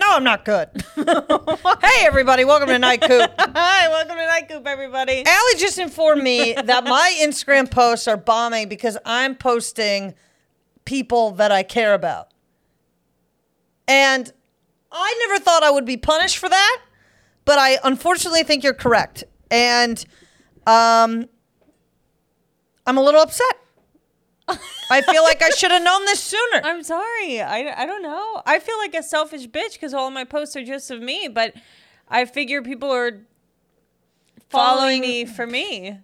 I'm not good. Hey, everybody, welcome to Night Coop. Hi, welcome to Night Coop, everybody. Allie just informed me that my Instagram posts are bombing because I'm posting people that I care about. And I never thought I would be punished for that, but I unfortunately think you're correct. And um, I'm a little upset. I feel like I should have known this sooner. I'm sorry. I, I don't know. I feel like a selfish bitch because all of my posts are just of me, but I figure people are following Following- me for me.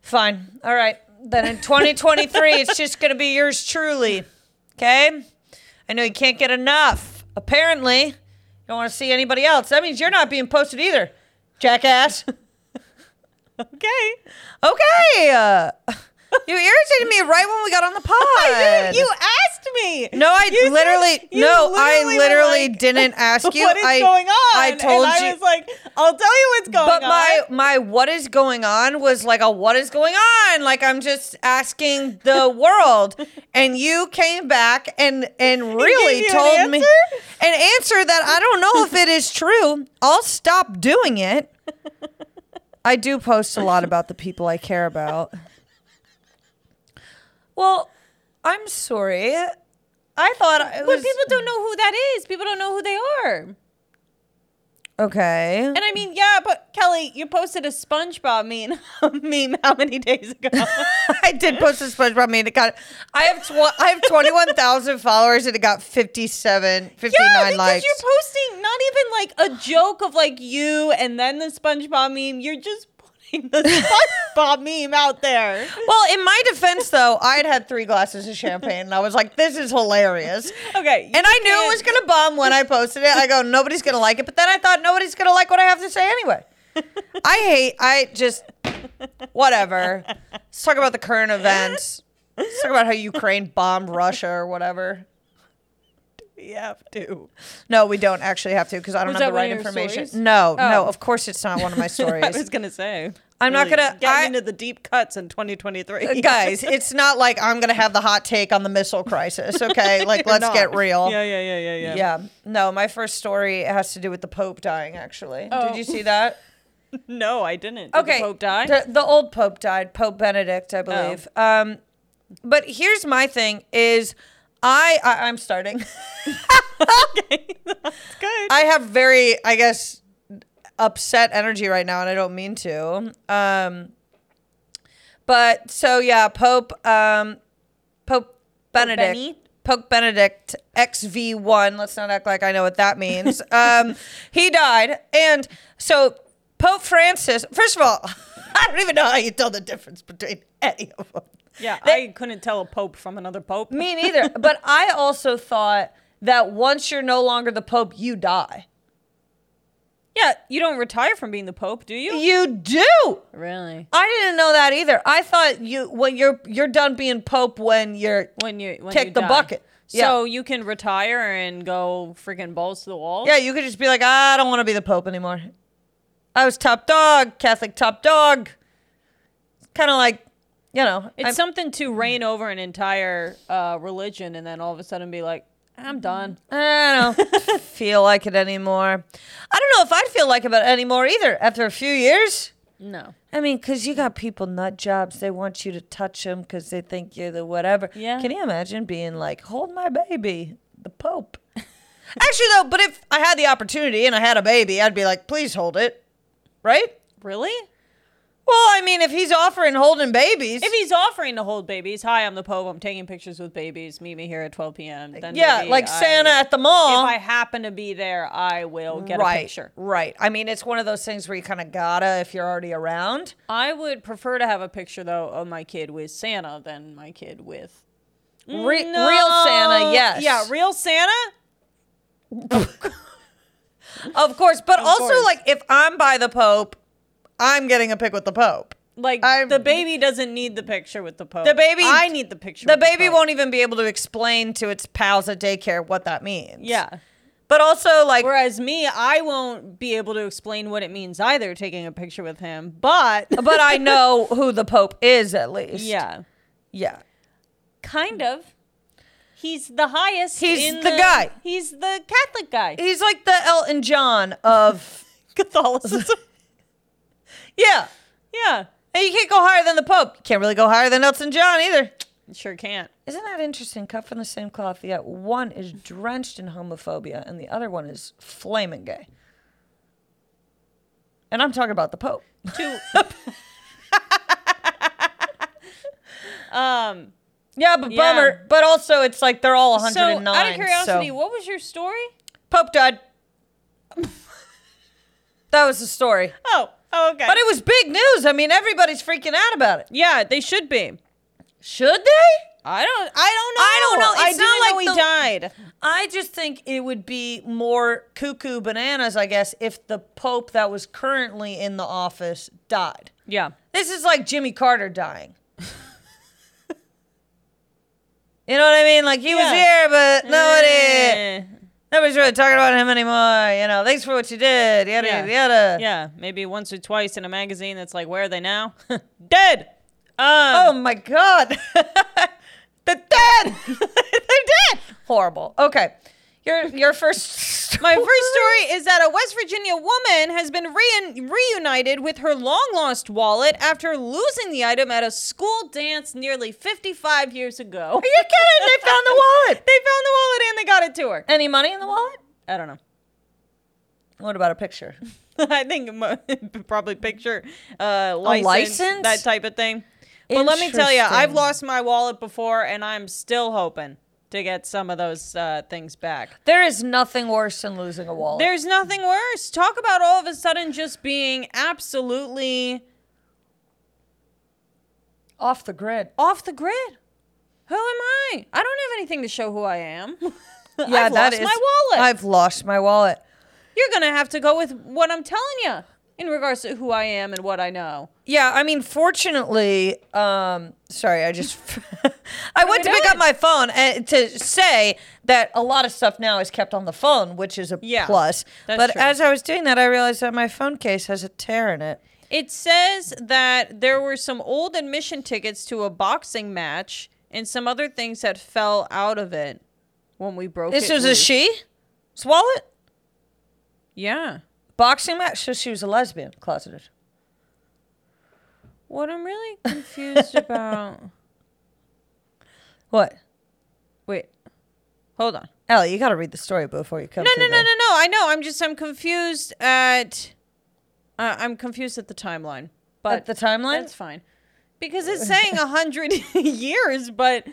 Fine. All right. Then in 2023, it's just going to be yours truly. Okay? I know you can't get enough. Apparently, you don't want to see anybody else. That means you're not being posted either, jackass. Okay. okay. Uh, you irritated me right when we got on the pod. I did. You asked me. No, I You said- literally you no, I were literally like, didn't ask you. What is I, going on? I told and you. I was like, I'll tell you what's going but on. my my what is going on was like a what is going on like i'm just asking the world and you came back and and really you an told me answer? an answer that i don't know if it is true i'll stop doing it i do post a lot about the people i care about well i'm sorry i thought it but was people don't know who that is. People don't know who they are. okay And I mean, yeah, but Kelly, you posted a SpongeBob meme, meme how many days ago? I did post a SpongeBob meme. It got I have tw- I have twenty one thousand followers and it got 57, 59 yeah, because likes. you're posting not even like a joke of like you and then the SpongeBob meme. You're just putting the SpongeBob meme out there. well, in my defense though, I had had three glasses of champagne and I was like, this is hilarious. Okay, you And I knew it was can't- gonna bomb when I posted it. I go, nobody's gonna like it, but then I thought nobody's gonna like what I have to say anyway. I hate. I just whatever. Let's talk about the current events. Let's talk about how Ukraine bombed Russia or whatever. We have to. No, we don't actually have to because I don't Was have that the right one of your information. stories? No, no, Oh. of course it's not one of my I stories. was gonna say. I'm not gonna- get I- Uh, into the deep cuts in 2023, Guys, it's not like I'm going to have the hot take on the missile crisis, okay? Like, You're let's not. get real. Yeah, yeah, yeah, yeah, yeah. Yeah. No, my first story has to do with the Pope dying, actually. Oh. Did you see that? No, I didn't. Did okay. The Pope died. Oh. The, the old Pope died, Pope Benedict, I believe. Um, but here's my thing is I, I I'm starting. That's good. I have very, I guess, upset energy right now, and I don't mean to. Um, but so yeah, Pope um, Pope Benedict. Benny? Pope Benedict XV1. Let's not act like I know what that means. um, he died. And so Pope Francis, first of all, I don't even know how you tell the difference between any of them. yeah, I couldn't tell a pope from another pope. Me neither. but I also thought that once you're no longer the Pope, you die. Yeah, you don't retire from being the pope, do you? You do. Really? I didn't know that either. I thought you when you're you're done being pope when you're When you when Kick you the die. bucket. So you can retire and go freaking balls to the wall. yeah you could just be like I don't want to be the pope anymore. I was top dog, Catholic top dog. Kind of like, you know, It's I'm- something to reign over an entire uh, religion and then all of a sudden be like, I'm done. I don't feel like it anymore. I don't know if I'd feel like it anymore either after a few years. No. I mean, because you got people nut jobs. They want you to touch them because they think you're the whatever. Yeah. Can you imagine being like, hold my baby, the Pope? Actually, though, but if I had the opportunity and I had a baby, I'd be like, please hold it. Right? Really? Well, I mean, if he's offering holding babies. If he's offering to hold babies, hi, I'm the Pope. I'm taking pictures with babies. Meet me here at 12 p.m. Then yeah, maybe like I- Santa at the If mall. I happen to be there, I will get right, a picture. Right. I mean, it's one of those things where you kind of gotta if you're already around. I would prefer to have a picture though of my kid with Santa than my kid with Re- Real Santa, No. yes. Yeah, real Santa. Of course, but also course. like if I'm by the Pope, I'm getting a pic with the Pope. Like I'm- the baby doesn't need the picture with the Pope. The baby- I need the picture. The with baby Pope. won't even be able to explain to its pals at daycare what that means. Yeah. But also like Whereas me, I won't be able to explain what it means either. Taking a picture with him, but but I know who the Pope is at least. yeah, Yeah. kind of. He's the highest. He's in the guy. He's the Catholic guy. He's like the Elton John of Catholicism. yeah. yeah, And you can't go higher than the Pope. You can't really go higher than Elton John either. sure can't. Isn't that interesting? Cut from the same cloth, yet one is drenched in homophobia and the other one is flaming gay. And I'm talking about the Pope. Two. um. Yeah, but Yeah. bummer. But also, it's like they're all So, 109. out of curiosity, so- what was your story? Pope died. that was the story. Oh, oh okay. But it was big news. I mean, everybody's freaking out about it. yeah, they should be. Should they? I don't. I I don't don't know. know. It's I not didn't know like he the- died. I just think it would be more cuckoo bananas, I guess, if the Pope that was currently in the office died. Yeah. This is like Jimmy Carter dying. you know what I mean? Like he was Yeah. here, but nobody, Eh, nobody's really talking about him anymore. You know, thanks for what you did. Yada Yeah. yada yada. Yeah, maybe once or twice in a magazine that's like, where are they now? Dead. Um, Oh my god. the dead. They're dead. Horrible. Okay. Your your first My first story is that a West Virginia woman has been reun reunited with her long lost wallet after losing the item at a school dance nearly 55 years ago. Are you kidding? They found the wallet. They found the wallet and they got it to her. Any money in the wallet? I don't know. What about a picture? I think mo- probably picture uh, license, license? that type of thing. But let me tell you, I've Interesting. lost my wallet before, and I'm still hoping to get some of those uh, things back. There is nothing worse than losing a wallet. There's nothing worse. Talk about all of a sudden just being absolutely Off the grid. off the grid. Who am I? I don't have anything to show who I am. Yeah, that I've lost is my wallet. I've lost my wallet. You're gonna have to go with what I'm telling you in regards to who I am and what I know. Yeah, I mean, fortunately, um, sorry, I just I went do to we pick do? up my phone and to say that a lot of stuff now is kept on the phone, which is a Yeah, plus. that's but true. as I was doing that, I realized that my phone case has a tear in it. It says that there were some old admission tickets to a boxing match and some other things that fell out of it when we broke This it. was a loose. she wallet Yeah. boxing match, so she was a lesbian, closeted. What I'm really confused about. What, Wait. Hold on. Ellie? You got to read the story before you come. No, to no, no, the- no, no. I know. I'm just I'm confused at uh, I'm confused at the timeline. But At the timeline? That's fine. Because it's saying 100 years, but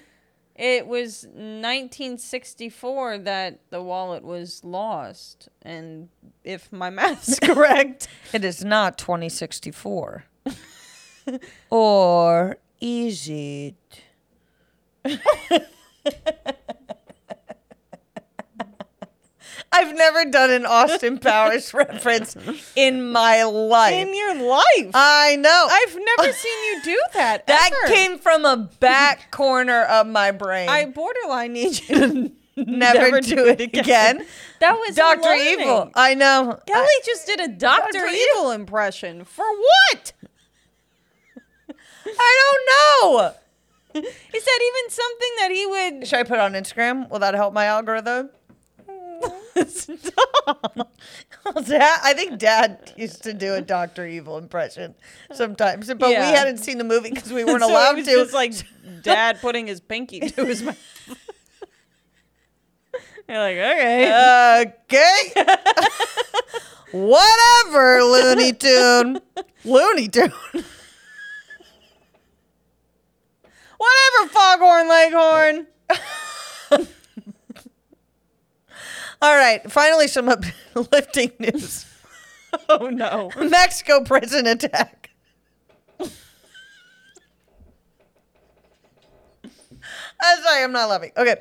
it was 1964 that the wallet was lost and if my math's correct. It is not 2064. or is it? I've never done an Austin Powers reference in my life. In your life. I know. I've never seen you do that. that ever. came from a back corner of my brain. I borderline need you to never, do, it again. That was Doctor alarming. Evil. I know. Kelly just did a Doctor Dr. Evil impression. For what? I don't know. Is that even something that he would Should I put it on Instagram? Will that help my algorithm? stop? Dad, I think Dad used to do a Doctor Evil impression sometimes, but Yeah. we hadn't seen the movie because we weren't So it allowed was to. Just like Dad putting his pinky to his mouth. You're like, okay. Uh, okay, whatever, Looney Tune, Looney Tune. Whatever, Foghorn Leghorn. All right, finally some uplifting news: Oh no. Mexico prison attack. I'm sorry, I'm not laughing. Okay.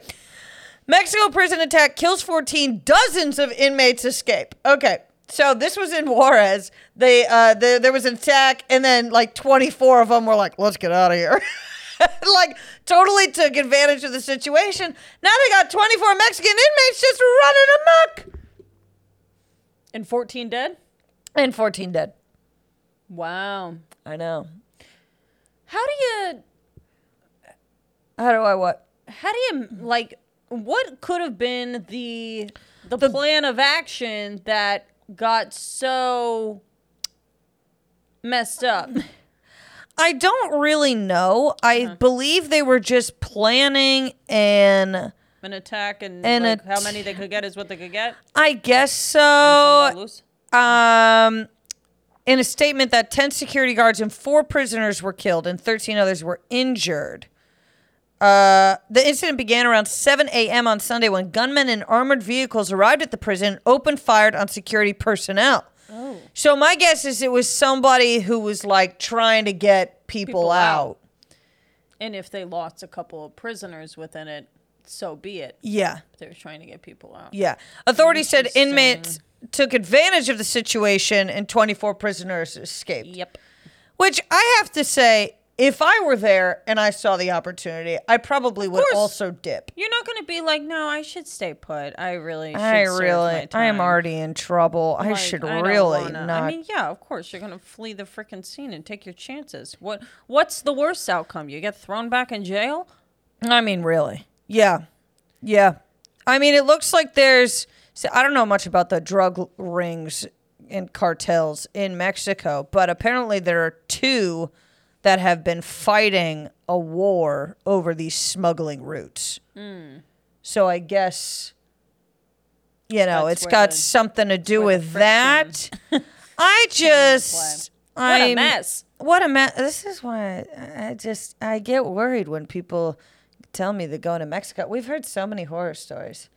Mexico prison attack kills 14, dozens of inmates escape. Okay. So this was in Juarez. They uh the, there was an attack and then like 24 of them were like, "Let's get out of here." like totally took advantage of the situation. Now they got 24 Mexican inmates just running amok And 14 dead? and 14 dead. Wow. I know. How do you How do I what? how do you like what could have been the the, plan of action that got so messed up? I don't really know. I Uh-huh. believe they were just planning and An attack and An like, how many they could get is what they could get. I guess Some got so. loose. Um in a statement that 10 security guards and 4 prisoners were killed and 13 others were injured. Uh, the incident began around 7 a.m. on Sunday when gunmen in armored vehicles arrived at the prison and opened fired on security personnel. Oh. So my guess is it was somebody who was like trying to get people, People out. out. And if they lost a couple of prisoners within it, so be it. Yeah. They were trying to get people out. Yeah. Authorities said Interesting. inmates took advantage of the situation and 24 prisoners escaped. Yep. Which I have to say, if I were there and I saw the opportunity, I probably would course. also dip. You're not going to be like, no, I should stay put. I really should. I serve my really, I time." am already in trouble. I Like, should don't really wanna- not. I mean, yeah, of course you're gonna flee the freaking scene and take your chances. What What's the worst outcome? You get thrown back in jail? I mean, really. Yeah. Yeah. I mean, it looks like there's, so I don't know much about the drug rings and cartels in Mexico, but apparently there are two that have been fighting a war over these smuggling routes. Hmm. So I guess, you know, That's it's where got the- something to do where the with that. I just. What a I'm- mess. what a mess. This is why I, I just I get worried when people tell me they're going to Mexico. We've heard so many horror stories.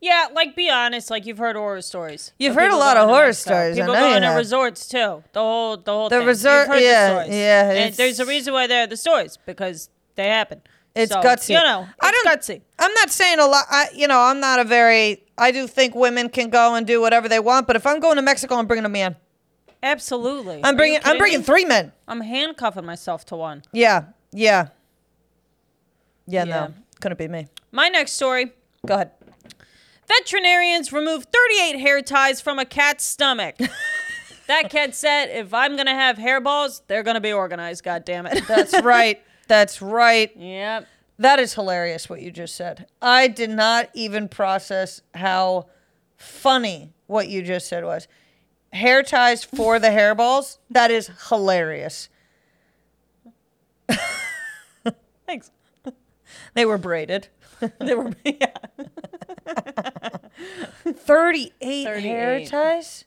Yeah, like be honest, like you've heard horror stories. You've Of heard a people lot of going to horror Mexico. stories, I People know you going to have. resorts too. The whole the whole The thing. resort- You've heard yeah, the stories. yeah, And it's- there's a reason why they're the stories because they happen. It's So, gutsy. You know, I it's don't- gutsy. I'm not saying a lot. I you know I'm not a very. I do think women can go and do whatever they want, but if I'm going to Mexico, I'm bringing a man. Absolutely. Are I'm you bringing I'm kidding bringing me? three men. I'm handcuffing myself to one. Yeah, yeah, yeah. Yeah. No, couldn't be me. My next story. Go ahead. Veterinarians removed 38 hair ties from a cat's stomach. that cat said, "If I'm gonna have hairballs, they're gonna be organized. God damn it." That's right. That's right. yep. That is hilarious what you just said. I did not even process how funny what you just said was. Hair ties for the hairballs? That is hilarious. Thanks. They were braided. They were. Yeah. 38, hair 38. ties?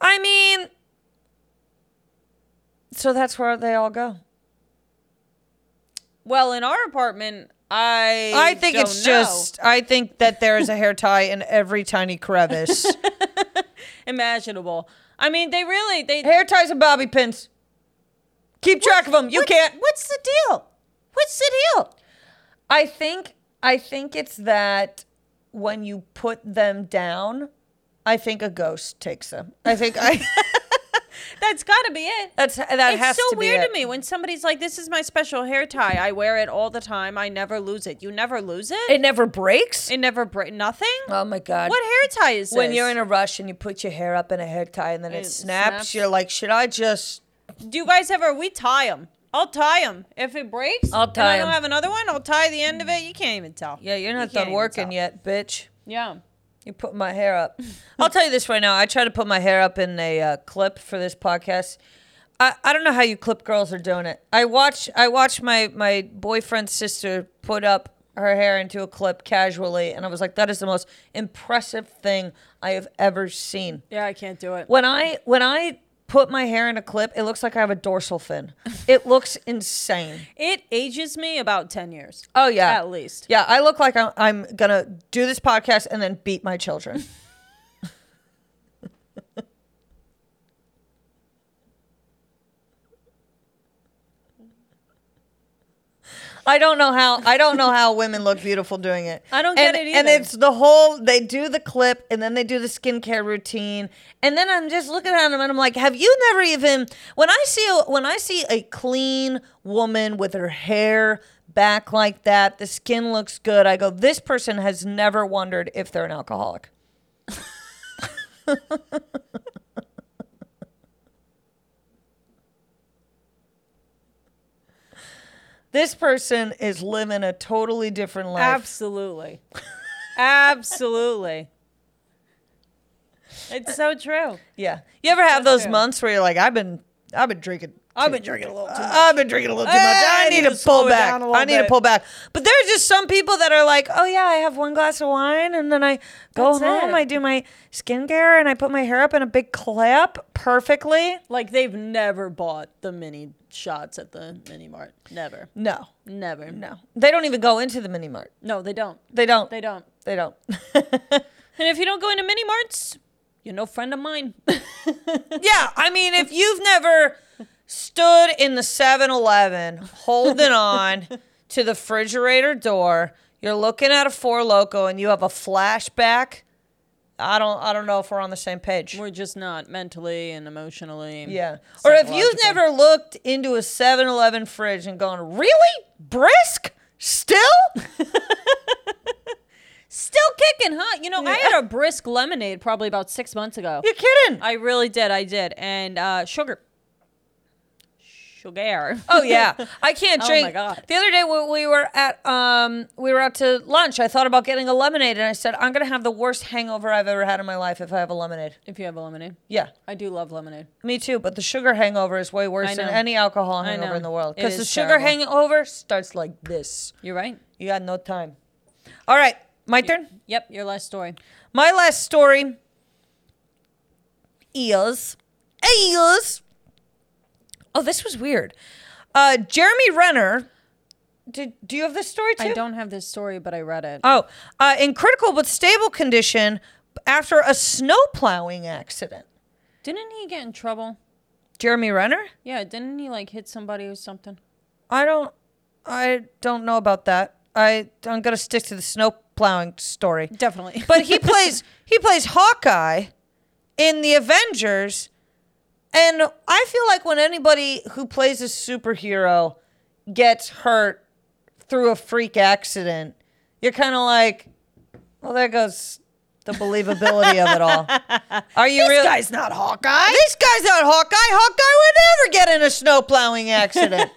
I mean, so that's where they all go. Well, in our apartment, I. I think don't it's know. just, I think that there is a hair tie in every tiny crevice. imaginable. I mean, they really they. hair ties and bobby pins. Keep track of them. You can't. What's the deal? What's the deal? I think I think it's that when you put them down, I think a ghost takes them. I think I That's got to be it. that's that it's has so to be weird it. to me when somebody's like, "This is my special hair tie. I wear it all the time. I never lose it. You never lose it. It never breaks. It never break. Nothing. oh my god. What hair tie is this? when you're in a rush and you put your hair up in a hair tie and then it, It snaps, snaps. you're like, should I just? Do you guys ever? We tie them. I'll tie them. If it breaks, I'll tie And I 'em. don't have another one. I'll tie the end of it. You can't even tell. Yeah, you're not can't done even working tell. yet, bitch. Yeah. You put my hair up. I'll tell you this right now. I try to put my hair up in a uh, clip for this podcast. I, I don't know how you clip girls are doing it. I watch I watch my my boyfriend's sister put up her hair into a clip casually, and I was like, that is the most impressive thing I have ever seen. Yeah, I can't do it. When I when I put my hair in a clip, it looks like I have a dorsal fin. It looks insane. It ages me about ten years. Oh yeah, At least. Yeah, I look like I'm, I'm gonna do this podcast and then beat my children. I don't know how I don't know how women look beautiful doing it. I don't and, get it And either. it's the whole they do the clip and then they do the skincare routine and then I'm just looking at them and I'm like, have you never even when I see a, when I see a clean woman with her hair back like that, the skin looks good. I go, this person has never wondered if they're an alcoholic. This person is living a totally different life. Absolutely. Absolutely. It's so true. yeah. You ever have those true. months where you're like, I've been, I've been drinking. I've been drinking a little too much. I've been drinking a little too much. I I need need to to slow pull it back. down a little I need to bit. pull back. But there are just some people that are like, oh yeah, I have one glass of wine and then I go That's home, it. I do my skincare and I put my hair up in a big clip perfectly. Like they've never bought the mini shots at the mini mart. Never. No, Never. No, no, they don't even go into the mini mart. they don't. They don't. They don't. They don't. And if you don't go into mini marts, you're no friend of mine. yeah, I mean, if you've never stood in the 7 Eleven holding on to the refrigerator door, you're looking at a Four Loco and you have a flashback. I don't I don't know if we're on the same page. We're just not mentally and emotionally. Yeah. Or if you've Psychological. never looked into a 7 Eleven fridge and gone, really? Brisk? Still? Still kicking, huh? You know, I had a brisk lemonade probably about six months ago. You're kidding. I really did. I did. And uh, sugar. Sugar. Oh yeah, I can't Oh, drink. my God. The other day when we were at um we were out to lunch, I thought about getting a lemonade, and I said I'm gonna have the worst hangover I've ever had in my life if I have a lemonade. if you have a lemonade. Yeah, I do love lemonade. me too. But the sugar hangover is way worse I than know. any alcohol I hangover know. in the world It because the is sugar terrible. hangover starts like this. You're right. You got no time. All right, my turn. Yep, your last story. My last story is is Oh, this was weird. Uh, Jeremy Renner. Did, do you have this story too? I don't have this story, but I read it. Oh, uh, in critical but stable condition after a snow plowing accident. Didn't he get in trouble? Jeremy Renner? Yeah, didn't he like hit somebody or something? I don't, I don't know about that. I I'm gonna stick to the snow plowing story. Definitely. But he plays he plays Hawkeye in the Avengers, and I feel like when anybody who plays a superhero gets hurt through a freak accident, you're kind of like, well, there goes the believability of it all. Are you really? guy's not Hawkeye. This guy's not Hawkeye. Hawkeye would never get in a snow plowing accident.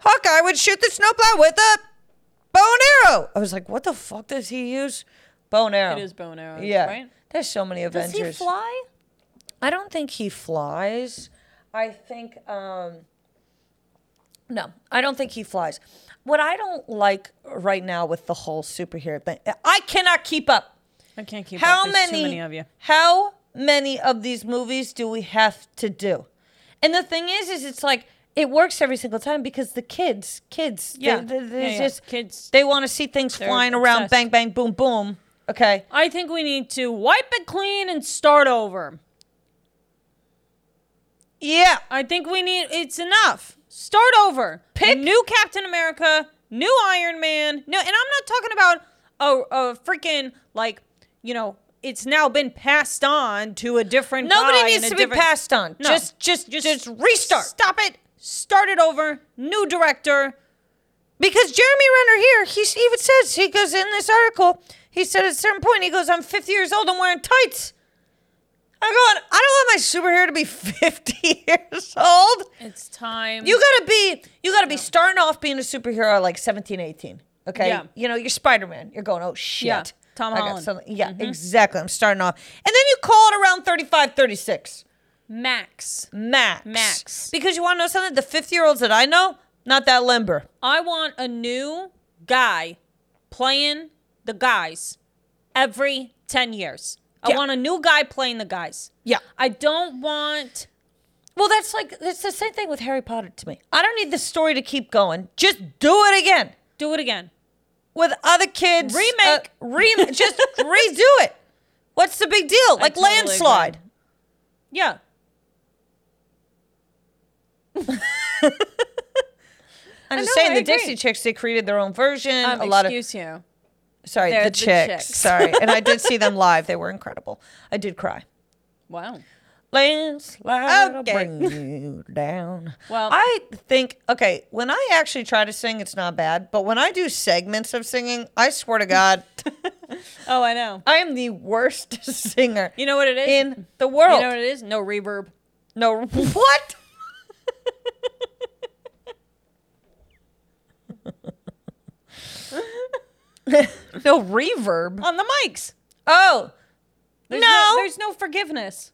Hawkeye would shoot the snowplow with a bow and arrow. I was like, what the fuck does he use? Bow and arrow. It is bow and arrows, Yeah. right? There's so many Does Avengers. he fly? I don't think he flies. I think um no, I don't think he flies. What I don't like right now with the whole superhero thing, I cannot keep up. I can't keep How up. There's many, Too many of you. How many of these movies do we have to do? And the thing is, is it's like it works every single time because the kids, kids, they- Yeah. they, they Yeah, yeah. just Kids. They want to see things They're flying around, obsessed. bang, bang, boom, boom. Okay, I think we need to wipe it clean and start over. yeah, I think we need. It's enough. Start over. Pick new Captain America, new Iron Man. No, and I'm not talking about a, a freaking like you know. It's now been passed on to a different. Nobody guy needs and to a be different- passed on. No. Just, just, just, restart. Stop it. Start it over. New director. Because Jeremy Renner here, he s- even says he goes in this article. He said at a certain point, he goes, "I'm 50 years old. I'm wearing tights." I'm going. I don't want my superhero to be 50 years old. It's time. You gotta be. You gotta be starting off being a superhero like 17, 18. Okay. Yeah. You know, you're Spider Man. You're going, oh shit. Yeah. Tom I got Holland. Mm-hmm. something- Yeah, exactly. I'm starting off, and then you call it around 35, 36 Max. max. Max. Because you want to know something? The 50 year olds that I know, not that limber. I want a new guy playing the guys every 10 years. I Yeah. want a new guy playing the guys. Yeah. I don't want Well, that's like that's the same thing with Harry Potter to me. I don't need the story to keep going. Just do it again do it again. with other kids. Remake. uh, rem- just redo it. What's the big deal? Like totally agree. landslide. Yeah. I'm just know, saying I the agree. Dixie Chicks they created their own version. Um, a lot of excuse you. sorry, they're the the chicks. Chicks. Sorry, and I did see them live. They were incredible. I did cry. Wow. landslide will Okay. bring you down. Well- I think okay. When I actually try to sing, it's not bad. But when I do segments of singing, I swear to God, Oh, I know. I am the worst singer You know what it is? in the you world. know what it is? No reverb. no, what? no reverb. on the mics. Oh, There's No. there's no forgiveness.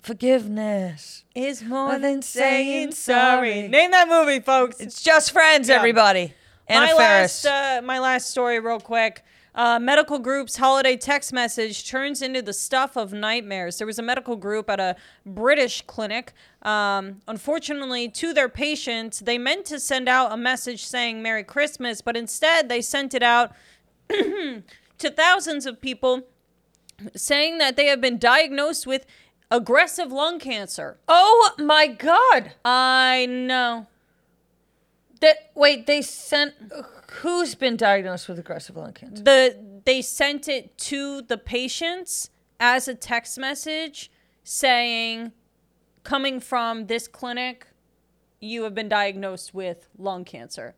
forgiveness. Is more than saying sorry. Name that movie, folks. It's just friends, everybody. Anna my Faris. last, uh, my last story, real quick. Uh, medical group's holiday text message turns into the stuff of nightmares. There was a medical group at a British clinic. Um, unfortunately, to their patients, they meant to send out a message saying Merry Christmas, but instead they sent it out to thousands of people saying that they have been diagnosed with aggressive lung cancer. oh my God. I know. That wait, they sent who's been diagnosed with aggressive lung cancer? the they sent it to the patients as a text message saying coming from this clinic you have been diagnosed with lung cancer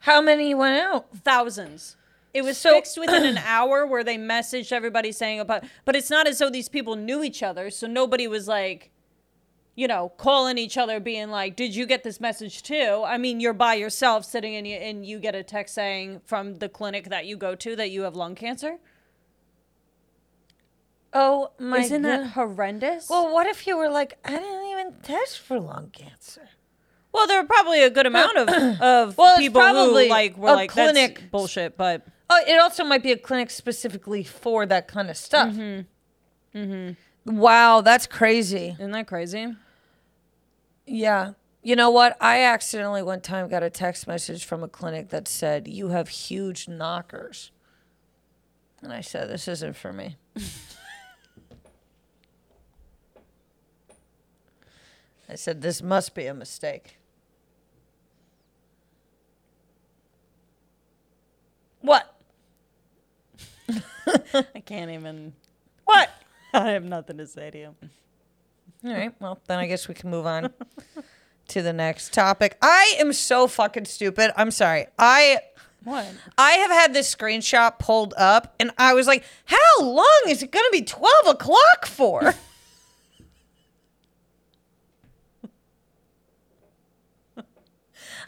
How many went out? thousands it was So- fixed within an hour where they messaged everybody saying about but it's not as though these people knew each other so nobody was like you know calling each other being like did you get this message too i mean you're by yourself sitting in you and you get a text saying from the clinic that you go to that you have lung cancer Oh my Isn't God. that horrendous? Well, well, what if you were like, I didn't even test for lung cancer? well, there are probably a good amount of of Well, it's people probably who like were a like that's clinic- bullshit, but Oh, it also might be a clinic specifically for that kind of stuff. Mm-hmm. Wow, that's crazy. isn't that crazy? Yeah. You know what? I accidentally one time got a text message from a clinic that said, You have huge knockers. And I said, This isn't for me. I said, This must be a mistake. What? I can't even. What? I have nothing to say to you. All right. Well, then I guess we can move on to the next topic. I am so fucking stupid. I'm sorry. I. What? I have had this screenshot pulled up, and I was like, "How long is it going to be twelve o'clock for?"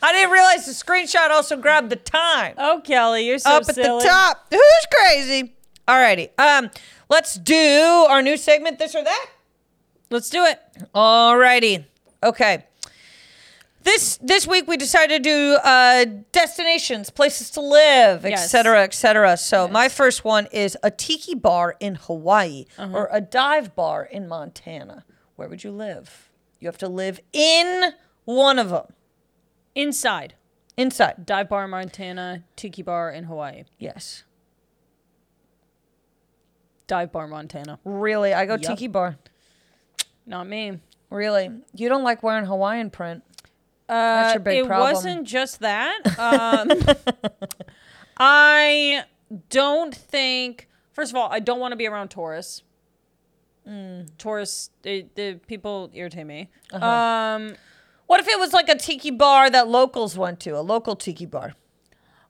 I didn't realize the screenshot also grabbed the time Oh, Kelly, you're so up at silly. the top. Who's crazy? Alrighty, um, let's do our new segment, this or that. Let's do it. Alrighty. Okay. This this week we decided to do uh, destinations, places to live, etc., Yes. cetera, etc. Cetera. So my first one is a tiki bar in Hawaii Uh-huh. or a dive bar in Montana. Where would you live? You have to live in one of them. Inside Inside. dive bar, in Montana, tiki bar in Hawaii. Yes. Dive bar, Montana. Really, I go Yup. tiki bar. Not me. Really, you don't like wearing Hawaiian print. Uh, your big it problem. wasn't just that. Um, I don't think. First of all, I don't want to be around Taurus. Mm. Taurus, the, the people irritate me. Uh-huh. Um, What if it was like a tiki bar that locals went to, a local tiki bar?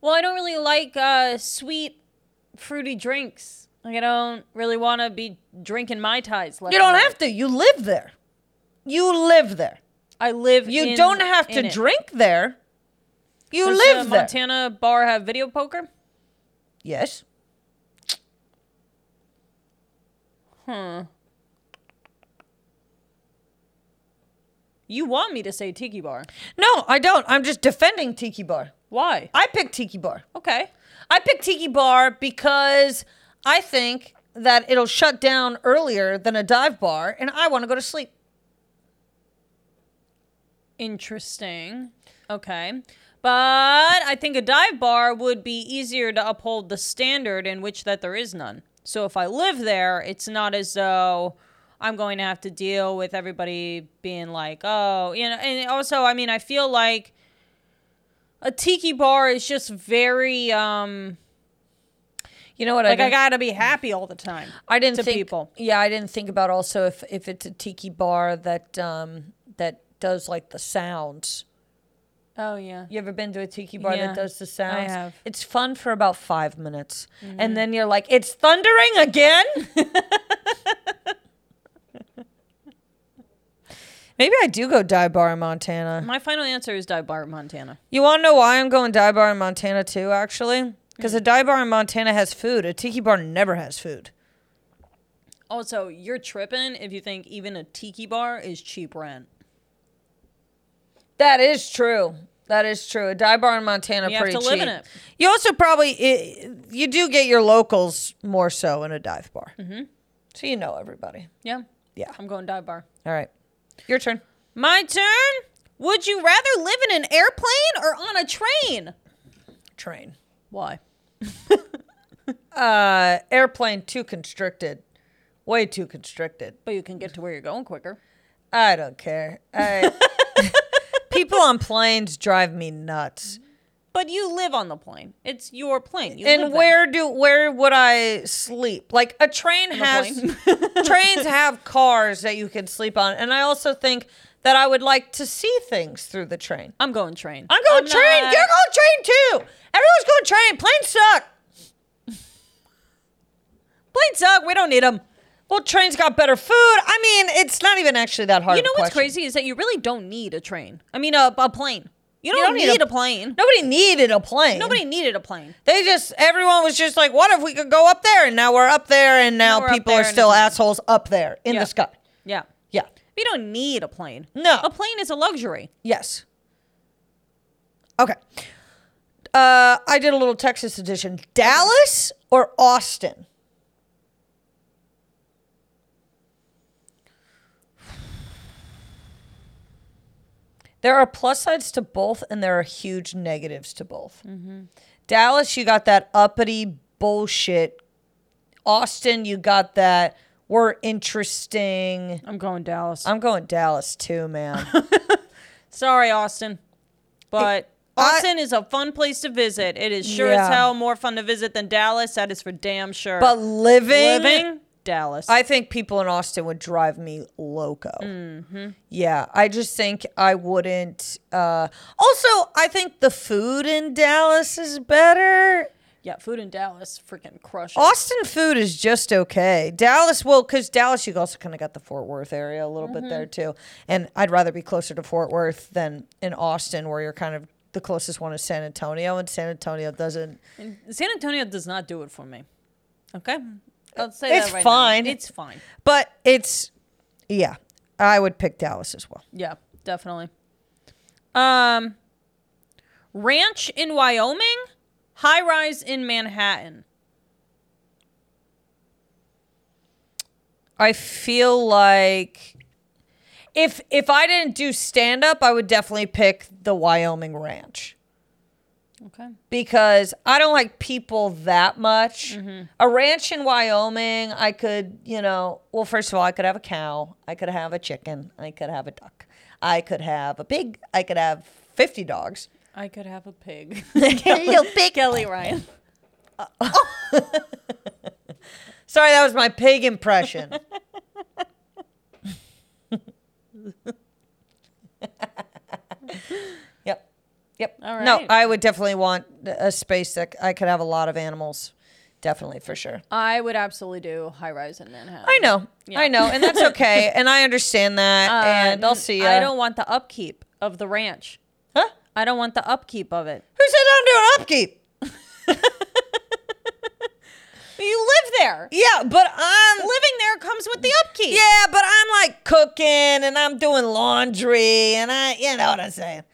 well, I don't really like uh, sweet, fruity drinks. Like I don't really want to be drinking mai tais. You don't have to. You live there. You live there. I live. You in- don't have to in it. drink there. You Does live the there. Montana bar have video poker? Yes. You want me to say tiki bar? No, I don't. I'm just defending Tiki Bar. Why? I picked Tiki Bar. Okay. I picked Tiki Bar because I think that it'll shut down earlier than a dive bar, and I want to go to sleep. Interesting. Okay. But I think a dive bar would be easier to uphold the standard in which that there is none. So if I live there, it's not as though I'm going to have to deal with everybody being like, oh, you know, and also, I mean, I feel like a tiki bar is just very, um, You know what? like I, I didn't- gotta be happy all the time. I didn't to think. people. Yeah, I didn't think about also if if it's a Tiki Bar that um that does like the sounds. Oh, yeah. You ever been to a tiki bar Yeah, that does the sounds? have. Mm-hmm. It's fun for about five minutes, and then you're like, "It's thundering again." Maybe I do go dive bar in Montana. My final answer is dive bar, Montana. You want to know why I'm going dive bar in Montana too, actually? Because a dive bar in Montana has food. A tiki bar never has food. Also, you're tripping if you think even a tiki bar is cheap rent. That is true. That is true. A dive bar in Montana You have pretty to live cheap. in it. You also probably i you do get your locals more so in a dive bar. Mm-hmm. So you know everybody. Yeah. Yeah. I'm going dive bar. All right, your turn. My turn. Would you rather live in an airplane or on a train? Train. Why? Uh, airplane too constricted. Way too constricted. But you can get to where you're going quicker. I don't care. I, people on planes drive me nuts. But you live on the plane. It's your plane. You live and there. where do where would I sleep? Like a train has trains have cars that you can sleep on, and I also think that I would like to see things through the train. I'm going train. I'm going train. not- You're going train too. Everyone's going train. Planes suck. Planes suck. We don't need them. Well, trains got better food. I mean, it's not even actually that hard. You of a know what's question. crazy is that you really don't need a train. I mean, a, a plane. You don't, don't need need, a- a, plane. Nobody needed a plane. Nobody needed a plane. They just everyone was just like, what if we could go up there? And now we're up there, and now, Now we're up people there are and still it's- assholes up there in Yeah. the sky. Yeah. Yeah. You don't need a plane. No. A plane is a luxury. Yes. Okay. Uh, I did a little Texas edition. Dallas or Austin? There are plus sides to both, and there are huge negatives to both. Dallas, you got that uppity bullshit. Austin, you got that we're interesting. I'm going Dallas. I'm going Dallas too, man. Sorry, Austin. But I- Austin is a fun place to visit. It is sure as Yeah. hell more fun to visit than Dallas. That is for damn sure. But living, living Dallas. I think people in Austin would drive me loco. Mm-hmm. Yeah, I just think I wouldn't. Uh, also, I think the food in Dallas is better. yeah, food in Dallas freaking crushes. Austin food is just okay. Dallas, well, because Dallas, you also kind of got the Fort Worth area a little bit there too. And I'd rather be closer to Fort Worth than in Austin, where you're kind of the closest one is San Antonio, and San Antonio doesn't. San Antonio does not do it for me. Okay? I'll say It's that right now. fine. It's fine. But it's, yeah, I would pick Dallas as well. Yeah, definitely. Um ranch in Wyoming, high rise in Manhattan. I feel like if if I didn't do stand up, I would definitely pick the Wyoming ranch Okay. because I don't like people that much. A ranch in Wyoming, I could, you know, well first of all, I could have a cow, I could have a chicken, I could have a duck. I could have a pig, I could have 50 dogs. I could have a pig. Little pig. Kelly Ryan. Sorry, that was my pig impression. yep. Yep. All No, right. I would definitely want a space that I could have a lot of animals. Definitely, for sure. I would absolutely do high rise in Manhattan. I know. I know. And that's okay. and I understand that. and I'll see you. Um, Uh, I don't want the upkeep of the ranch. Huh? I don't want the upkeep of it. Who said I don't do an upkeep? You live there. Yeah, but I'm. Living there comes with the upkeep. Yeah, but I'm like cooking and I'm doing laundry and I, you know what I'm saying.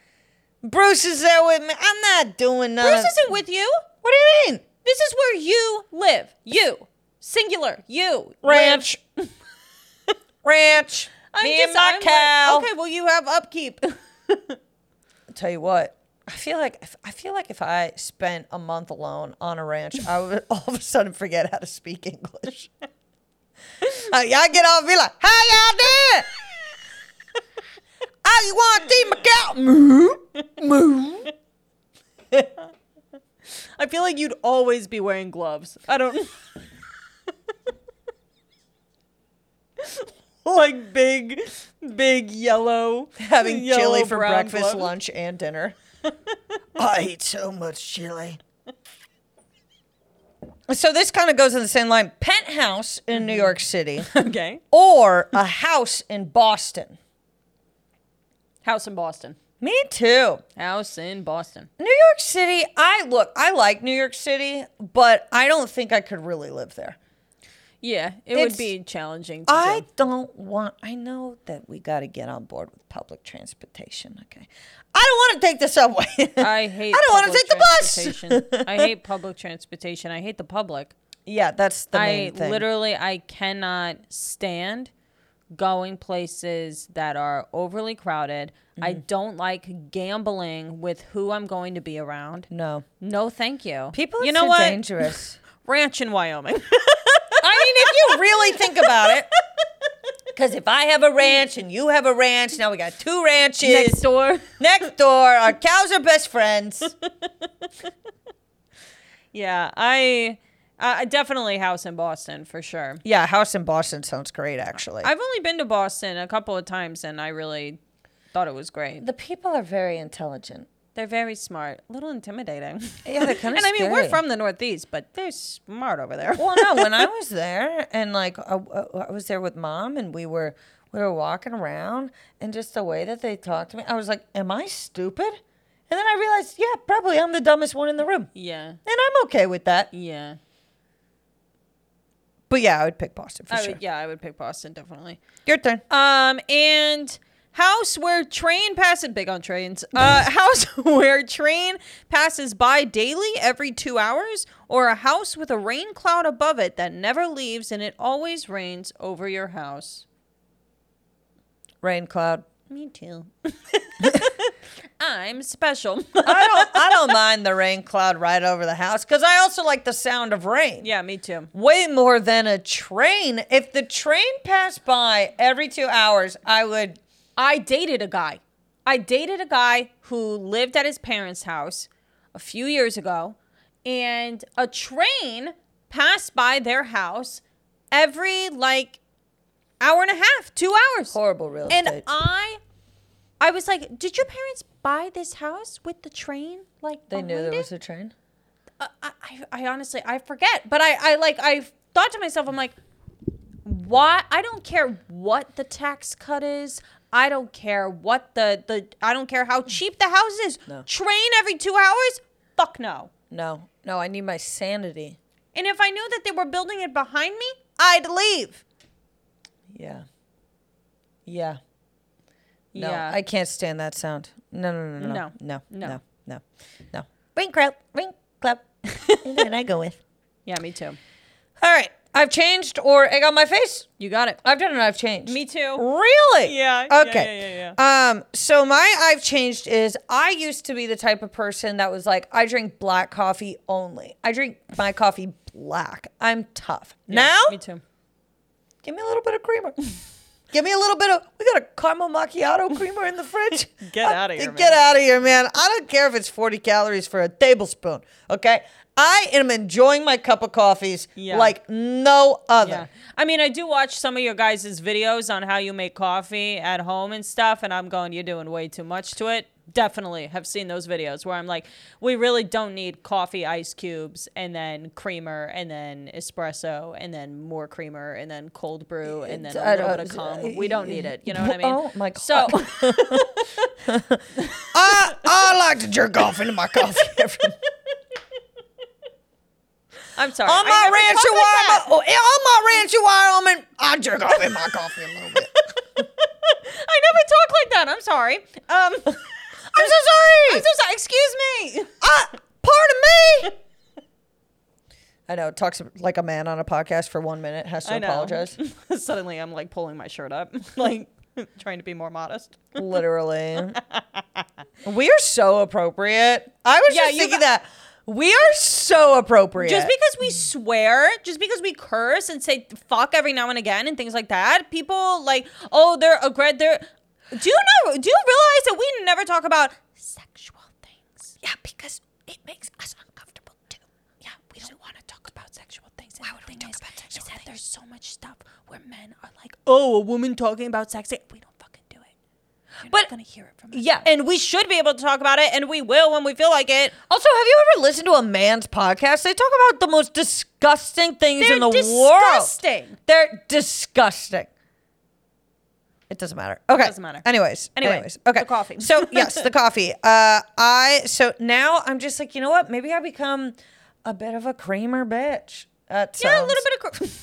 Bruce is there with me. I'm not doing nothing. Bruce isn't with you. What do you mean? This is where you live. You. Singular. You. Ranch. Ranch. live. I'm me just- and my I'm like, cow. okay, well, you have upkeep. I'll tell you what. I feel like if, I feel like if I spent a month alone on a ranch, I would all of a sudden forget how to speak English. Uh, y'all get off and be like, "How y'all doing? I want to see my cow moo moo." I feel like you'd always be wearing gloves. I don't. like big, big yellow. having chili yellow for brown breakfast, gloves. lunch, and dinner. I eat so much chili. So this kind of goes in the same line: Mm-hmm. penthouse in New York City Okay. or a house in Boston. House in Boston. Me too. House in Boston. New York City, I look, I like New York City, but I don't think I could really live there. Yeah, it It's- would be challenging. To I do. don't want, I know that we got to get on board with public transportation, okay? I don't want to take the subway. I hate. I don't want to public take the bus. transportation. I hate public transportation. I hate the public. yeah, that's the I main thing. literally I cannot stand going places that are overly crowded. I don't like gambling with who I'm going to be around. no. No, thank you. People are you know so what? dangerous. Ranch in I Wyoming. mean, if you really think about it, because if I have a ranch and you have a ranch, now we got two ranches Next door. next door. Our cows are best friends. Yeah, I uh, definitely house in Boston for sure. Yeah, a house in Boston sounds great, actually. I've only been to Boston a couple of times and I really thought it was great. the people are very intelligent. They're very smart, a little intimidating. Yeah, they're kind and I mean, we're from the Northeast, but they're smart over there. well, no, when I was there, and like I, I- I was there with mom, and we were we were walking around, and just the way that they talked to me, I was like, "Am I stupid?" And then I realized, yeah, probably I'm the dumbest one in the room, Yeah. and I'm okay with that. Yeah. But yeah, I would pick Boston for I sure. would, yeah, I would pick Boston definitely. Your turn. Um, and house where train passes big on trains. Uh, house where train passes by daily every two hours, or a house with a rain cloud above it that never leaves and it always rains over your house. Rain cloud. Me too. I'm special. I don't. I don't mind the rain cloud right over the house because I also like the sound of rain. yeah, me too. Way more than a train. If the train passed by every two hours, I would. I dated a guy. I dated a guy who lived at his parents' house a few years ago, and a train passed by their house every like hour and a half, two hours. Horrible real estate. And I, I was like, "Did your parents buy this house with the train?" Like they knew behind there it?" was a train. Uh, I, I, I honestly I forget, but I, I like I thought to myself, I'm like, why? I don't care what the tax cut is. I don't care what the the. I don't care how cheap the house is. No. Train every two hours? Fuck no. No, no. I need my sanity. And if I knew that they were building it behind me, I'd leave. Yeah. Yeah. No, yeah. I can't stand that sound. No, no, no, no, no, No. no, no, No. no, no. no. Rain cloud. Rain cloud. and then I go with. yeah, me too. All right. I've changed or egg on my face. You got it. I've done it. I've changed. Me too. Really? Yeah, yeah, Okay. yeah, yeah, Um. So my I've changed is I used to be the type of person that was like I drink black coffee only. I drink my coffee black. I'm tough. now Me too. give me a little bit of creamer. give me a little bit of. We got a caramel macchiato creamer in the fridge. Get I- outta here, Get man. out of here, man. I don't care if it's 40 calories for a tablespoon. Okay. I am enjoying my cup of coffees Yeah. like no other. Yeah. I mean, I do watch some of your guys' videos on how you make coffee at home and stuff, and I'm going, you're doing way too much to it. Definitely have seen those videos where I'm like, we really don't need coffee ice cubes and then creamer and then espresso and then more creamer and then cold brew and then I a little don't- bit of calm. We don't need it. You know what I mean? Oh, my So I I like to jerk off into my coffee every I'm sorry. on I my never ranch talk in like that. Wyoming. On my ranch in Wyoming, I jerk off in my coffee a little bit. I never talk like that. I'm sorry. Um, I'm so sorry. I'm so sorry. Excuse me. I, Ah, pardon me. I know. Talks like a man on a podcast for one minute. Has to I know. apologize. Suddenly, I'm like pulling my shirt up, like trying to be more modest. Literally. we are so appropriate. I was Yeah, just you thinking gu- that. We are so appropriate. Just because we swear, just because we curse and say fuck every now and again and things like that, people like, oh, they're aggr. They're. Do you know? Do you realize that we never talk about sexual things? Yeah, because it makes us uncomfortable too. Yeah, we don't want to talk about sexual things. Why would we talk about sexual things? There's so much stuff where men are like, oh, a woman talking about sex. We don't fucking do it. You're but, not gonna hear it from us. Yeah, and we should be able to talk about it, and we will when we feel like it. also, have you ever listened to a man's podcast? They talk about the most disgusting things They're in the world. disgusting. They're disgusting. It doesn't matter. Okay. Doesn't matter. Anyways. Anyway, anyways. Okay. the coffee. so yes, the coffee. Uh, I so now I'm just like you know what? Maybe I become a bit of a creamer bitch. That sounds, Yeah, a little bit of. Cr-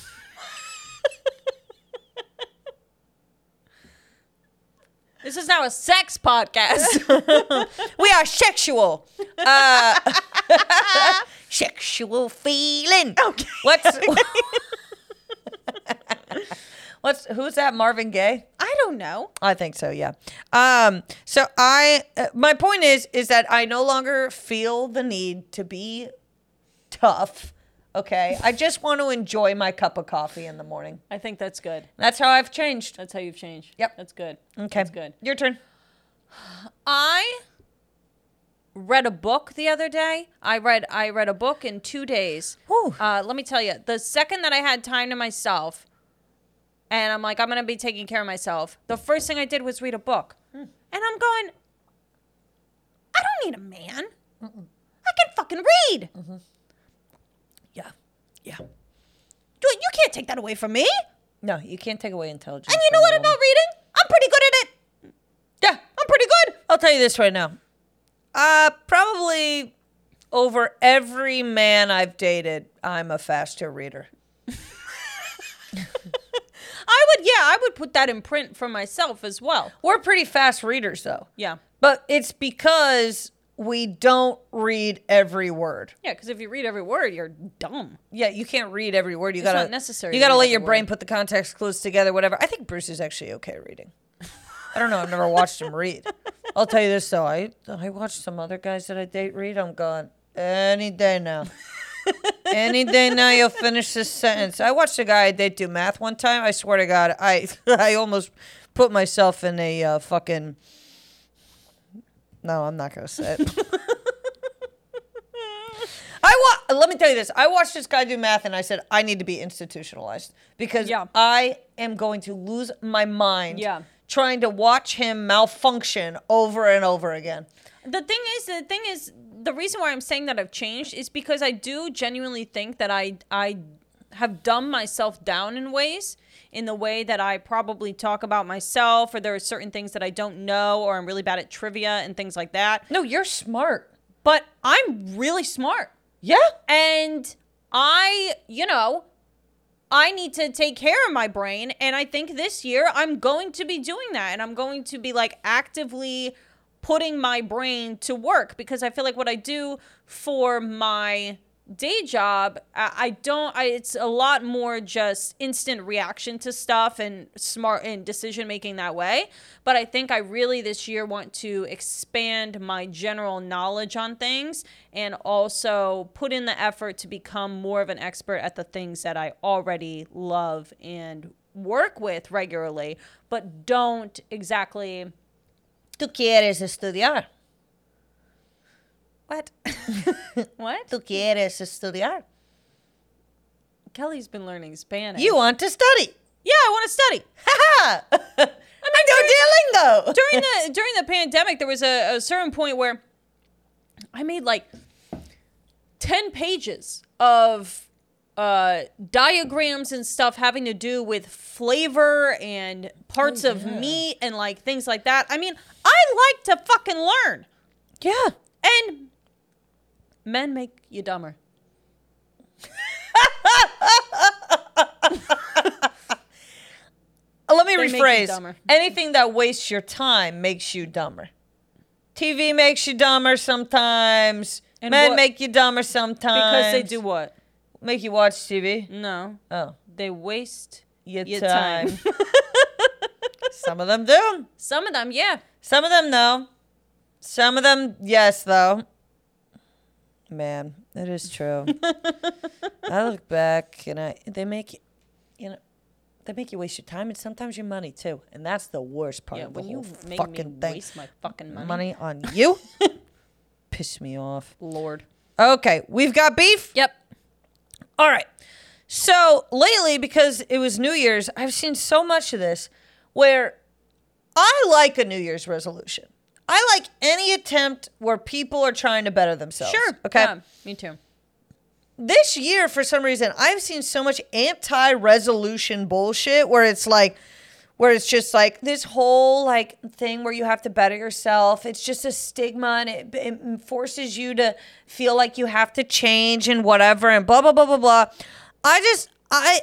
this is now a sex podcast. We are sexual. Uh, sexual feeling. Okay. What's What's who's that? Marvin Gaye. I don't know. I think so. Yeah. Um. So I, uh, my point is, is that I no longer feel the need to be tough. Okay. I just want to enjoy my cup of coffee in the morning. I think that's good. That's how I've changed. That's how you've changed. Yep. That's good. Okay. That's good. Your turn. I read a book the other day. I read I read a book in two days. Whew. Uh, let me tell you, the second that I had time to myself, and I'm like, I'm gonna be taking care of myself. The first thing I did was read a book, Hmm. and I'm going, I don't need a man. I can fucking read. Mm-hmm. Yeah. Yeah. Dude, you can't take that away from me. No, you can't take away intelligence. And you know from a what woman. about reading? I'm pretty good at it. Yeah, I'm pretty good. I'll tell you this right now. Uh, probably over every man I've dated, I'm a faster reader. I would, yeah, I would put that in print for myself as well. We're pretty fast readers, though. Yeah. But it's because we don't read every word. Yeah, because if you read every word, you're dumb. Yeah, you can't read every word. You gotta not necessary You to gotta read let every your brain put the context clues together. Whatever. I think Bruce is actually okay reading. I don't know. I've never watched him read. I'll tell you this though. I I watched some other guys that I date read. I'm gone any day now. any day now you'll finish this sentence. I watched a guy I date do math one time. I swear to God, I I almost put myself in a uh, fucking. No, I'm not gonna say it. I wa- let me tell you this. I watched this guy do math and I said, I need to be institutionalized because Yeah. I am going to lose my mind Yeah. trying to watch him malfunction over and over again. The thing is, the thing is, the reason why I'm saying that I've changed is because I do genuinely think that I I have dumbed myself down in ways in the way that I probably talk about myself, or there are certain things that I don't know, or I'm really bad at trivia and things like that. No, you're smart. But I'm really smart, Yeah. and I, you know. I need to take care of my brain. And I think this year I'm going to be doing that. And I'm going to be like actively putting my brain to work because I feel like what I do for my day job, I, I don't, I, it's a lot more just instant reaction to stuff and smart and decision making that way. But I think I really this year want to expand my general knowledge on things and also put in the effort to become more of an expert at the things that I already love and work with regularly, but don't exactly. Tú quieres estudiar. What? what? Tú quieres estudiar. Kelly's been learning Spanish. You want to study. Yeah, I want to study. Ha ha. I know Duolingo. During the during the pandemic, there was a, a certain point where I made like ten pages of uh, diagrams and stuff having to do with flavor and parts Oh, of meat and like things like that. I mean, I like to fucking learn, yeah. and men make you dumber. Uh, Let me They make you rephrase. dumber. Anything that wastes your time makes you dumber. TV makes you dumber sometimes. And Men what- make you dumber sometimes. Because they do what? make you watch TV. No, Oh, they waste your, your time. time. Some of them do. Some of them, yeah. Some of them no. Some of them yes though. Man, it is true. I look back and I they make you, you know they make you waste your time and sometimes your money too, and that's the worst part Yeah, of the when whole you make fucking me thing. waste my fucking money, money on you, piss me off. Lord. Okay, we've got beef. Yep. All right. So lately, because it was New Year's, I've seen so much of this where I like a New Year's resolution. I like any attempt where people are trying to better themselves. Sure. Okay. Yeah, me too. This year, for some reason, I've seen so much anti resolution bullshit where it's like, where it's just like this whole like thing where you have to better yourself. It's just a stigma and it, it forces you to feel like you have to change and whatever and blah blah blah blah blah. I just I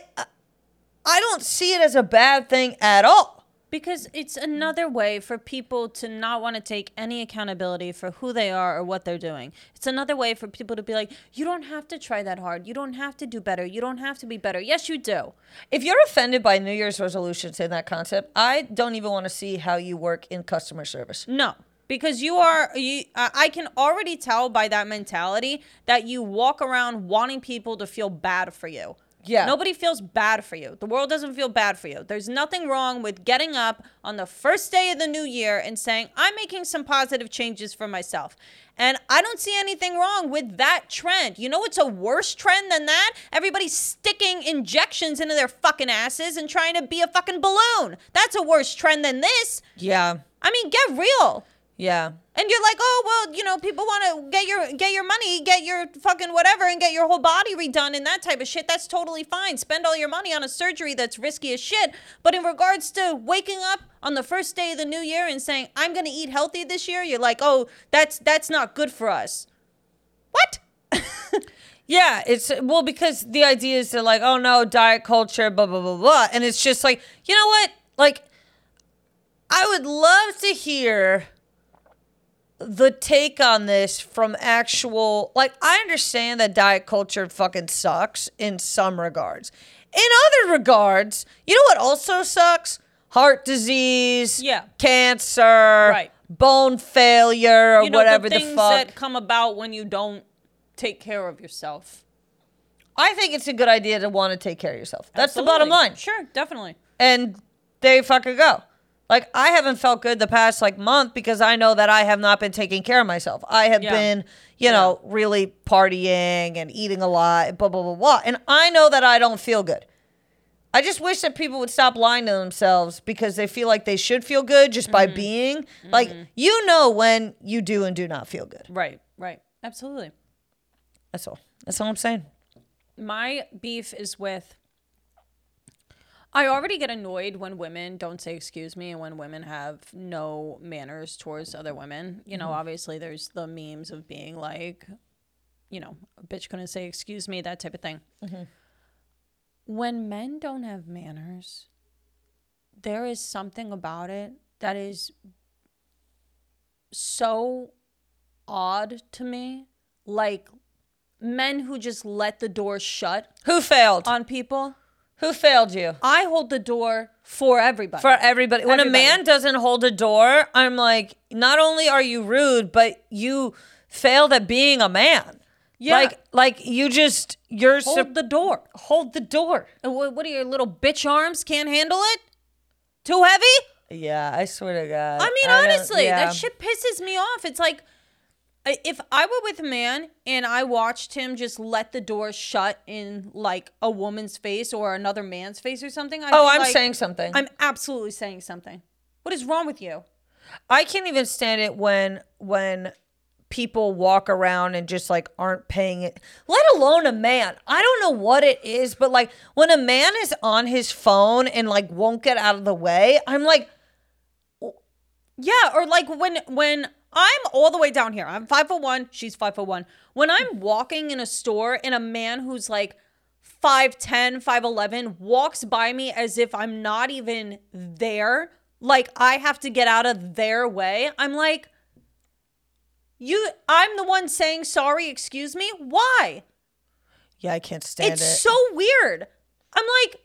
I don't see it as a bad thing at all. Because it's another way for people to not want to take any accountability for who they are or what they're doing. It's another way for people to be like, you don't have to try that hard. You don't have to do better. You don't have to be better. Yes, you do. If you're offended by New Year's resolutions in that concept, I don't even want to see how you work in customer service. No, because you are you. I I can already tell by that mentality that you walk around wanting people to feel bad for you. Yeah. Nobody feels bad for you. The world doesn't feel bad for you. There's nothing wrong with getting up on the first day of the new year and saying, "I'm making some positive changes for myself." And I don't see anything wrong with that trend. You know what's a worse trend than that? Everybody's sticking injections into their fucking asses and trying to be a fucking balloon. That's a worse trend than this. Yeah. I mean, get real. Yeah. And you're like, oh well, you know, people want to get your get your money, get your fucking whatever, and get your whole body redone and that type of shit. That's totally fine. Spend all your money on a surgery that's risky as shit. But in regards to waking up on the first day of the new year and saying I'm gonna eat healthy this year, you're like, oh, that's that's not good for us. What? Yeah, it's well because the idea is they're like, oh no, diet culture, blah blah blah blah, and it's just like, you know what? Like, I would love to hear the take on this from actual. Like, I understand that diet culture fucking sucks in some regards. In other regards, you know what also sucks? Heart disease, Yeah. cancer, Right. bone failure, or You know whatever the the, things fuck. that come about when you don't take care of yourself. I think it's a good idea to want to take care of yourself. That's the bottom Absolutely. line. Sure, definitely. and they fucking go. Like I haven't felt good the past like month because I know that I have not been taking care of myself. I have Yeah. been, you know, really partying and eating a lot, blah blah blah blah. And I know that I don't feel good. I just wish that people would stop lying to themselves because they feel like they should feel good just by Mm-hmm. being. Like you know when you do and do not feel good. Right, right. Absolutely. That's all. That's all I'm saying. my beef is with I already get annoyed when women don't say excuse me and when women have no manners towards other women. You know, obviously there's the memes of being like, you know, a bitch couldn't say excuse me, that type of thing. When men don't have manners, there is something about it that is so odd to me. Like men who just let the door shut Who failed? on people. Who failed you? I hold the door for everybody. for everybody. When Everybody. a man doesn't hold a door, I'm like, not only are you rude, but you failed at being a man. Yeah. Like, like you just you're hold sup- the door. hold the door. And What, what are your little bitch arms? Can't handle it? Too heavy? Yeah, I swear to God. I mean, don't- honestly, yeah. that shit pisses me off. It's like I- if I were with a man and I watched him just let the door shut in like a woman's face or another man's face or something. I'd Oh, be I'm like, saying something. I'm absolutely saying something. What is wrong with you? I can't even stand it when when people walk around and just like aren't paying it. Let alone a man. I don't know what it is, but like when a man is on his phone and like won't get out of the way, I'm like, Yeah, or like when when I'm all the way down here. I'm five foot one. She's five foot one. When I'm walking in a store and a man who's like 5'10, 5'11 walks by me as if I'm not even there, like I have to get out of their way. I'm like, you I'm the one saying sorry, excuse me. Why? yeah, I can't stand It's it. so weird. I'm like,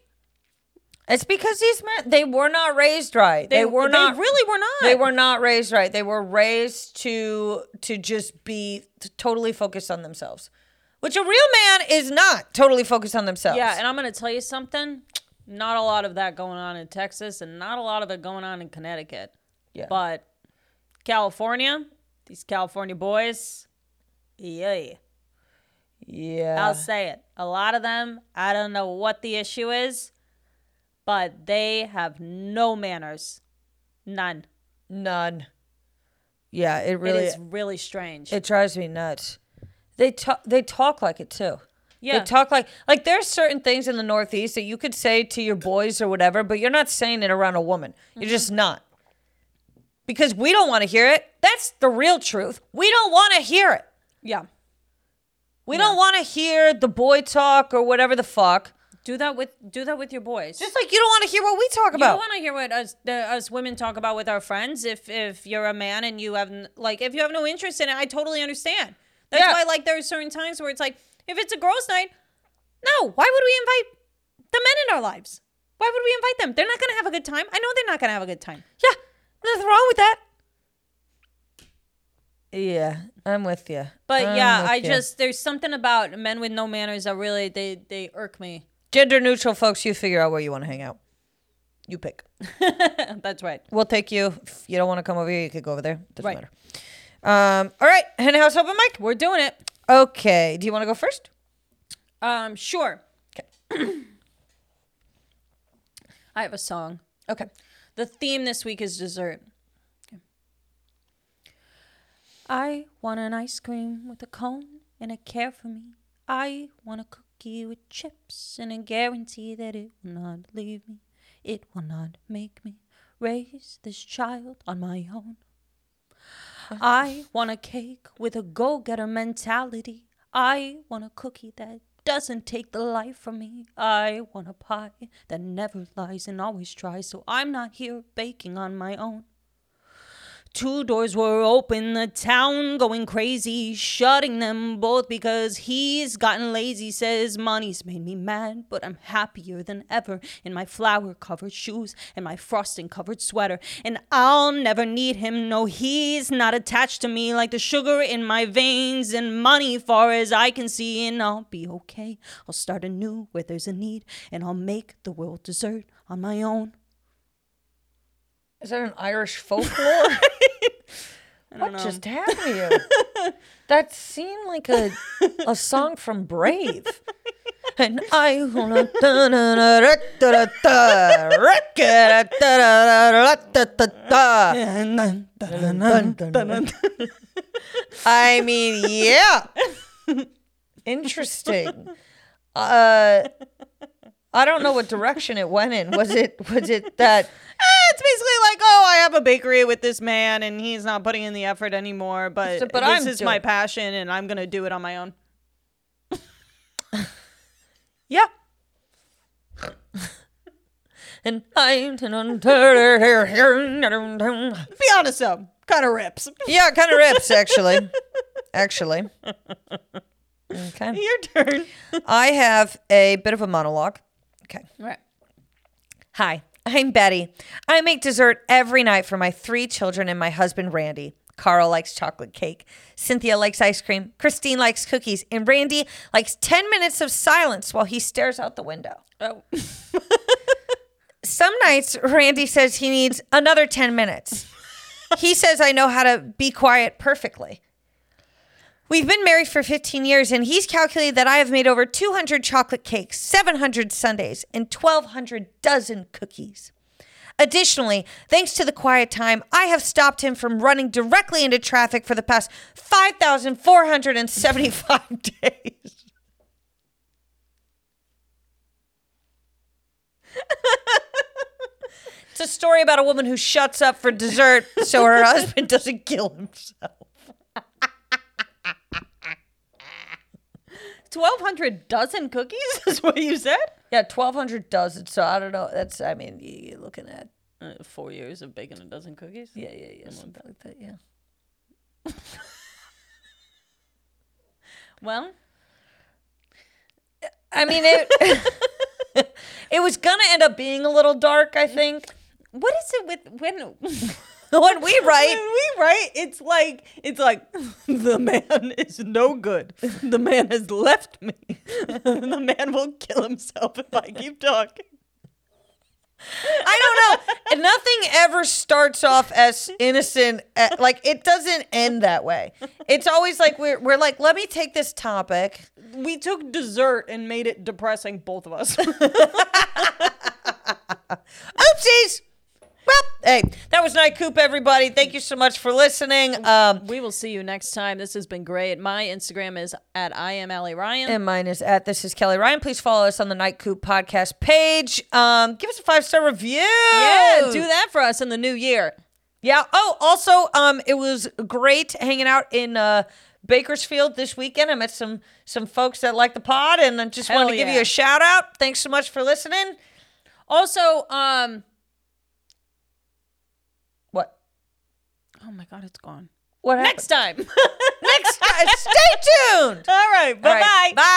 It's because these men they were not raised right. They, were not they really were not. they were not raised right. They were raised to to just be t- totally focused on themselves. Which a real man is not totally focused on themselves. Yeah, and I'm going to tell you something. Not a lot of that going on in Texas, and not a lot of it going on in Connecticut. Yeah. But California, these California boys, yeah, yeah. Uh. I'll say it. A lot of them, I don't know what the issue is, but they have no manners, none. None. Yeah, it really It is it, really strange. drives me nuts. They talk they talk like it too. Yeah. They talk like like there's certain things in the Northeast that you could say to your boys or whatever, but you're not saying it around a woman. You're just Mm-hmm. not. Because we don't want to hear it. That's the real truth. We don't want to hear it. Yeah. We don't want to hear the boy talk or whatever the fuck. Do that with do that with your boys. Just like you don't want to hear what we talk you don't about. want to hear what us the, us women talk about with our friends. If if you're a man and you have n- like if you have no interest in it, I totally understand. That's Yeah. why like there are certain times where it's like if it's a girls' night, no. Why would we invite the men in our lives? Why would we invite them? They're not gonna have a good time. I know they're not gonna have a good time. yeah, nothing wrong with that. Yeah, I'm with you. But yeah, I just there's something about men with no manners that really they they irk me. gender neutral folks. You figure out where you want to hang out. You pick. That's right. We'll take you. If you don't want to come over here, you could go over there. Doesn't Right. matter. Um, all right, hen house open mic. We're doing it. Okay, do you want to go first? Um, sure. 'Kay. I have a song. Okay. The theme this week is dessert. Okay. I want an ice cream with a cone and a care for me. I want a cookie with chips and a guarantee that it will not leave me. It will not make me raise this child on my own. I want a cake with a go getter mentality. I want a cookie that doesn't take the life from me. I want a pie that never lies and always tries, so I'm not here baking on my own. Two doors were open, the town going crazy, shutting them both because he's gotten lazy. Says money's made me mad, but I'm happier than ever in my flower covered shoes and my frosting covered sweater. And I'll never need him, no, he's not attached to me like the sugar in my veins and money far as I can see. And I'll be okay, I'll start anew where there's a need, and I'll make the world dessert on my own. Is that an Irish folklore? what just happened to you? that seemed like a a song from Brave. and I wanna da- da- da- da- da- da- da- ra- da- da- da- da- da- da- da- da- da. I mean, yeah. Interesting. Uh, I don't know what direction it went in. Was it was it that Eh, it's basically like, oh, I have a bakery with this man, and he's not putting in the effort anymore. But, So- but this I'm is my doing- passion, and I'm gonna do it on my own. Yeah. and I To be honest, though, kind of rips. Yeah, it kind of rips actually. Actually. Okay. Your turn. I have a bit of a monologue. Okay. Right. Hi, I'm Betty. I make dessert every night for my three children and my husband, Randy. Carl likes chocolate cake. Cynthia likes ice cream. Christine likes cookies. And Randy likes 10 minutes of silence while he stares out the window. Oh. Some nights, Randy says he needs another 10 minutes. he says, I know how to be quiet perfectly. We've been married for 15 years, and he's calculated that I have made over 200 chocolate cakes, 700 sundaes, and 1,200 dozen cookies. Additionally, thanks to the quiet time, I have stopped him from running directly into traffic for the past 5,475 days. It's a story about a woman who shuts up for dessert so her husband doesn't kill himself. 1,200 dozen cookies is what you said? Yeah, twelve hundred does it. So I don't know. That's I mean, you- you're looking at Uh, four years of baking a dozen cookies? yeah, yeah, yeah, something like that. Yeah. Well, I mean it. it was gonna end up being a little dark. I think what is it with when. when we When write. we write, it's like it's like the man is no good. The man has left me. the man will kill himself if I keep talking. I don't know. Nothing ever starts off as innocent. a- Like it doesn't end that way. It's always like we're we're like, let me take this topic. We took dessert and made it depressing, both of us. Oopsies. Well, Hey, that was Night Coop, everybody. Thank you so much for listening. Um, We will see you next time. This has been great. My Instagram is at I am Allie Ryan. and mine is at this is Kelly Ryan. Please follow us on the Night Coop podcast page. Um, give us a five star review. yeah, do that for us in the new year. Yeah. Oh, also, um, it was great hanging out in uh, Bakersfield this weekend. I met some some folks that like the pod, and I just Hell wanted to give yeah. you a shout out. Thanks so much for listening. Also, um, What? oh my God, it's gone. What Next time. happened? Next. Next. Stay tuned. All right. All right, Bye-bye. Bye.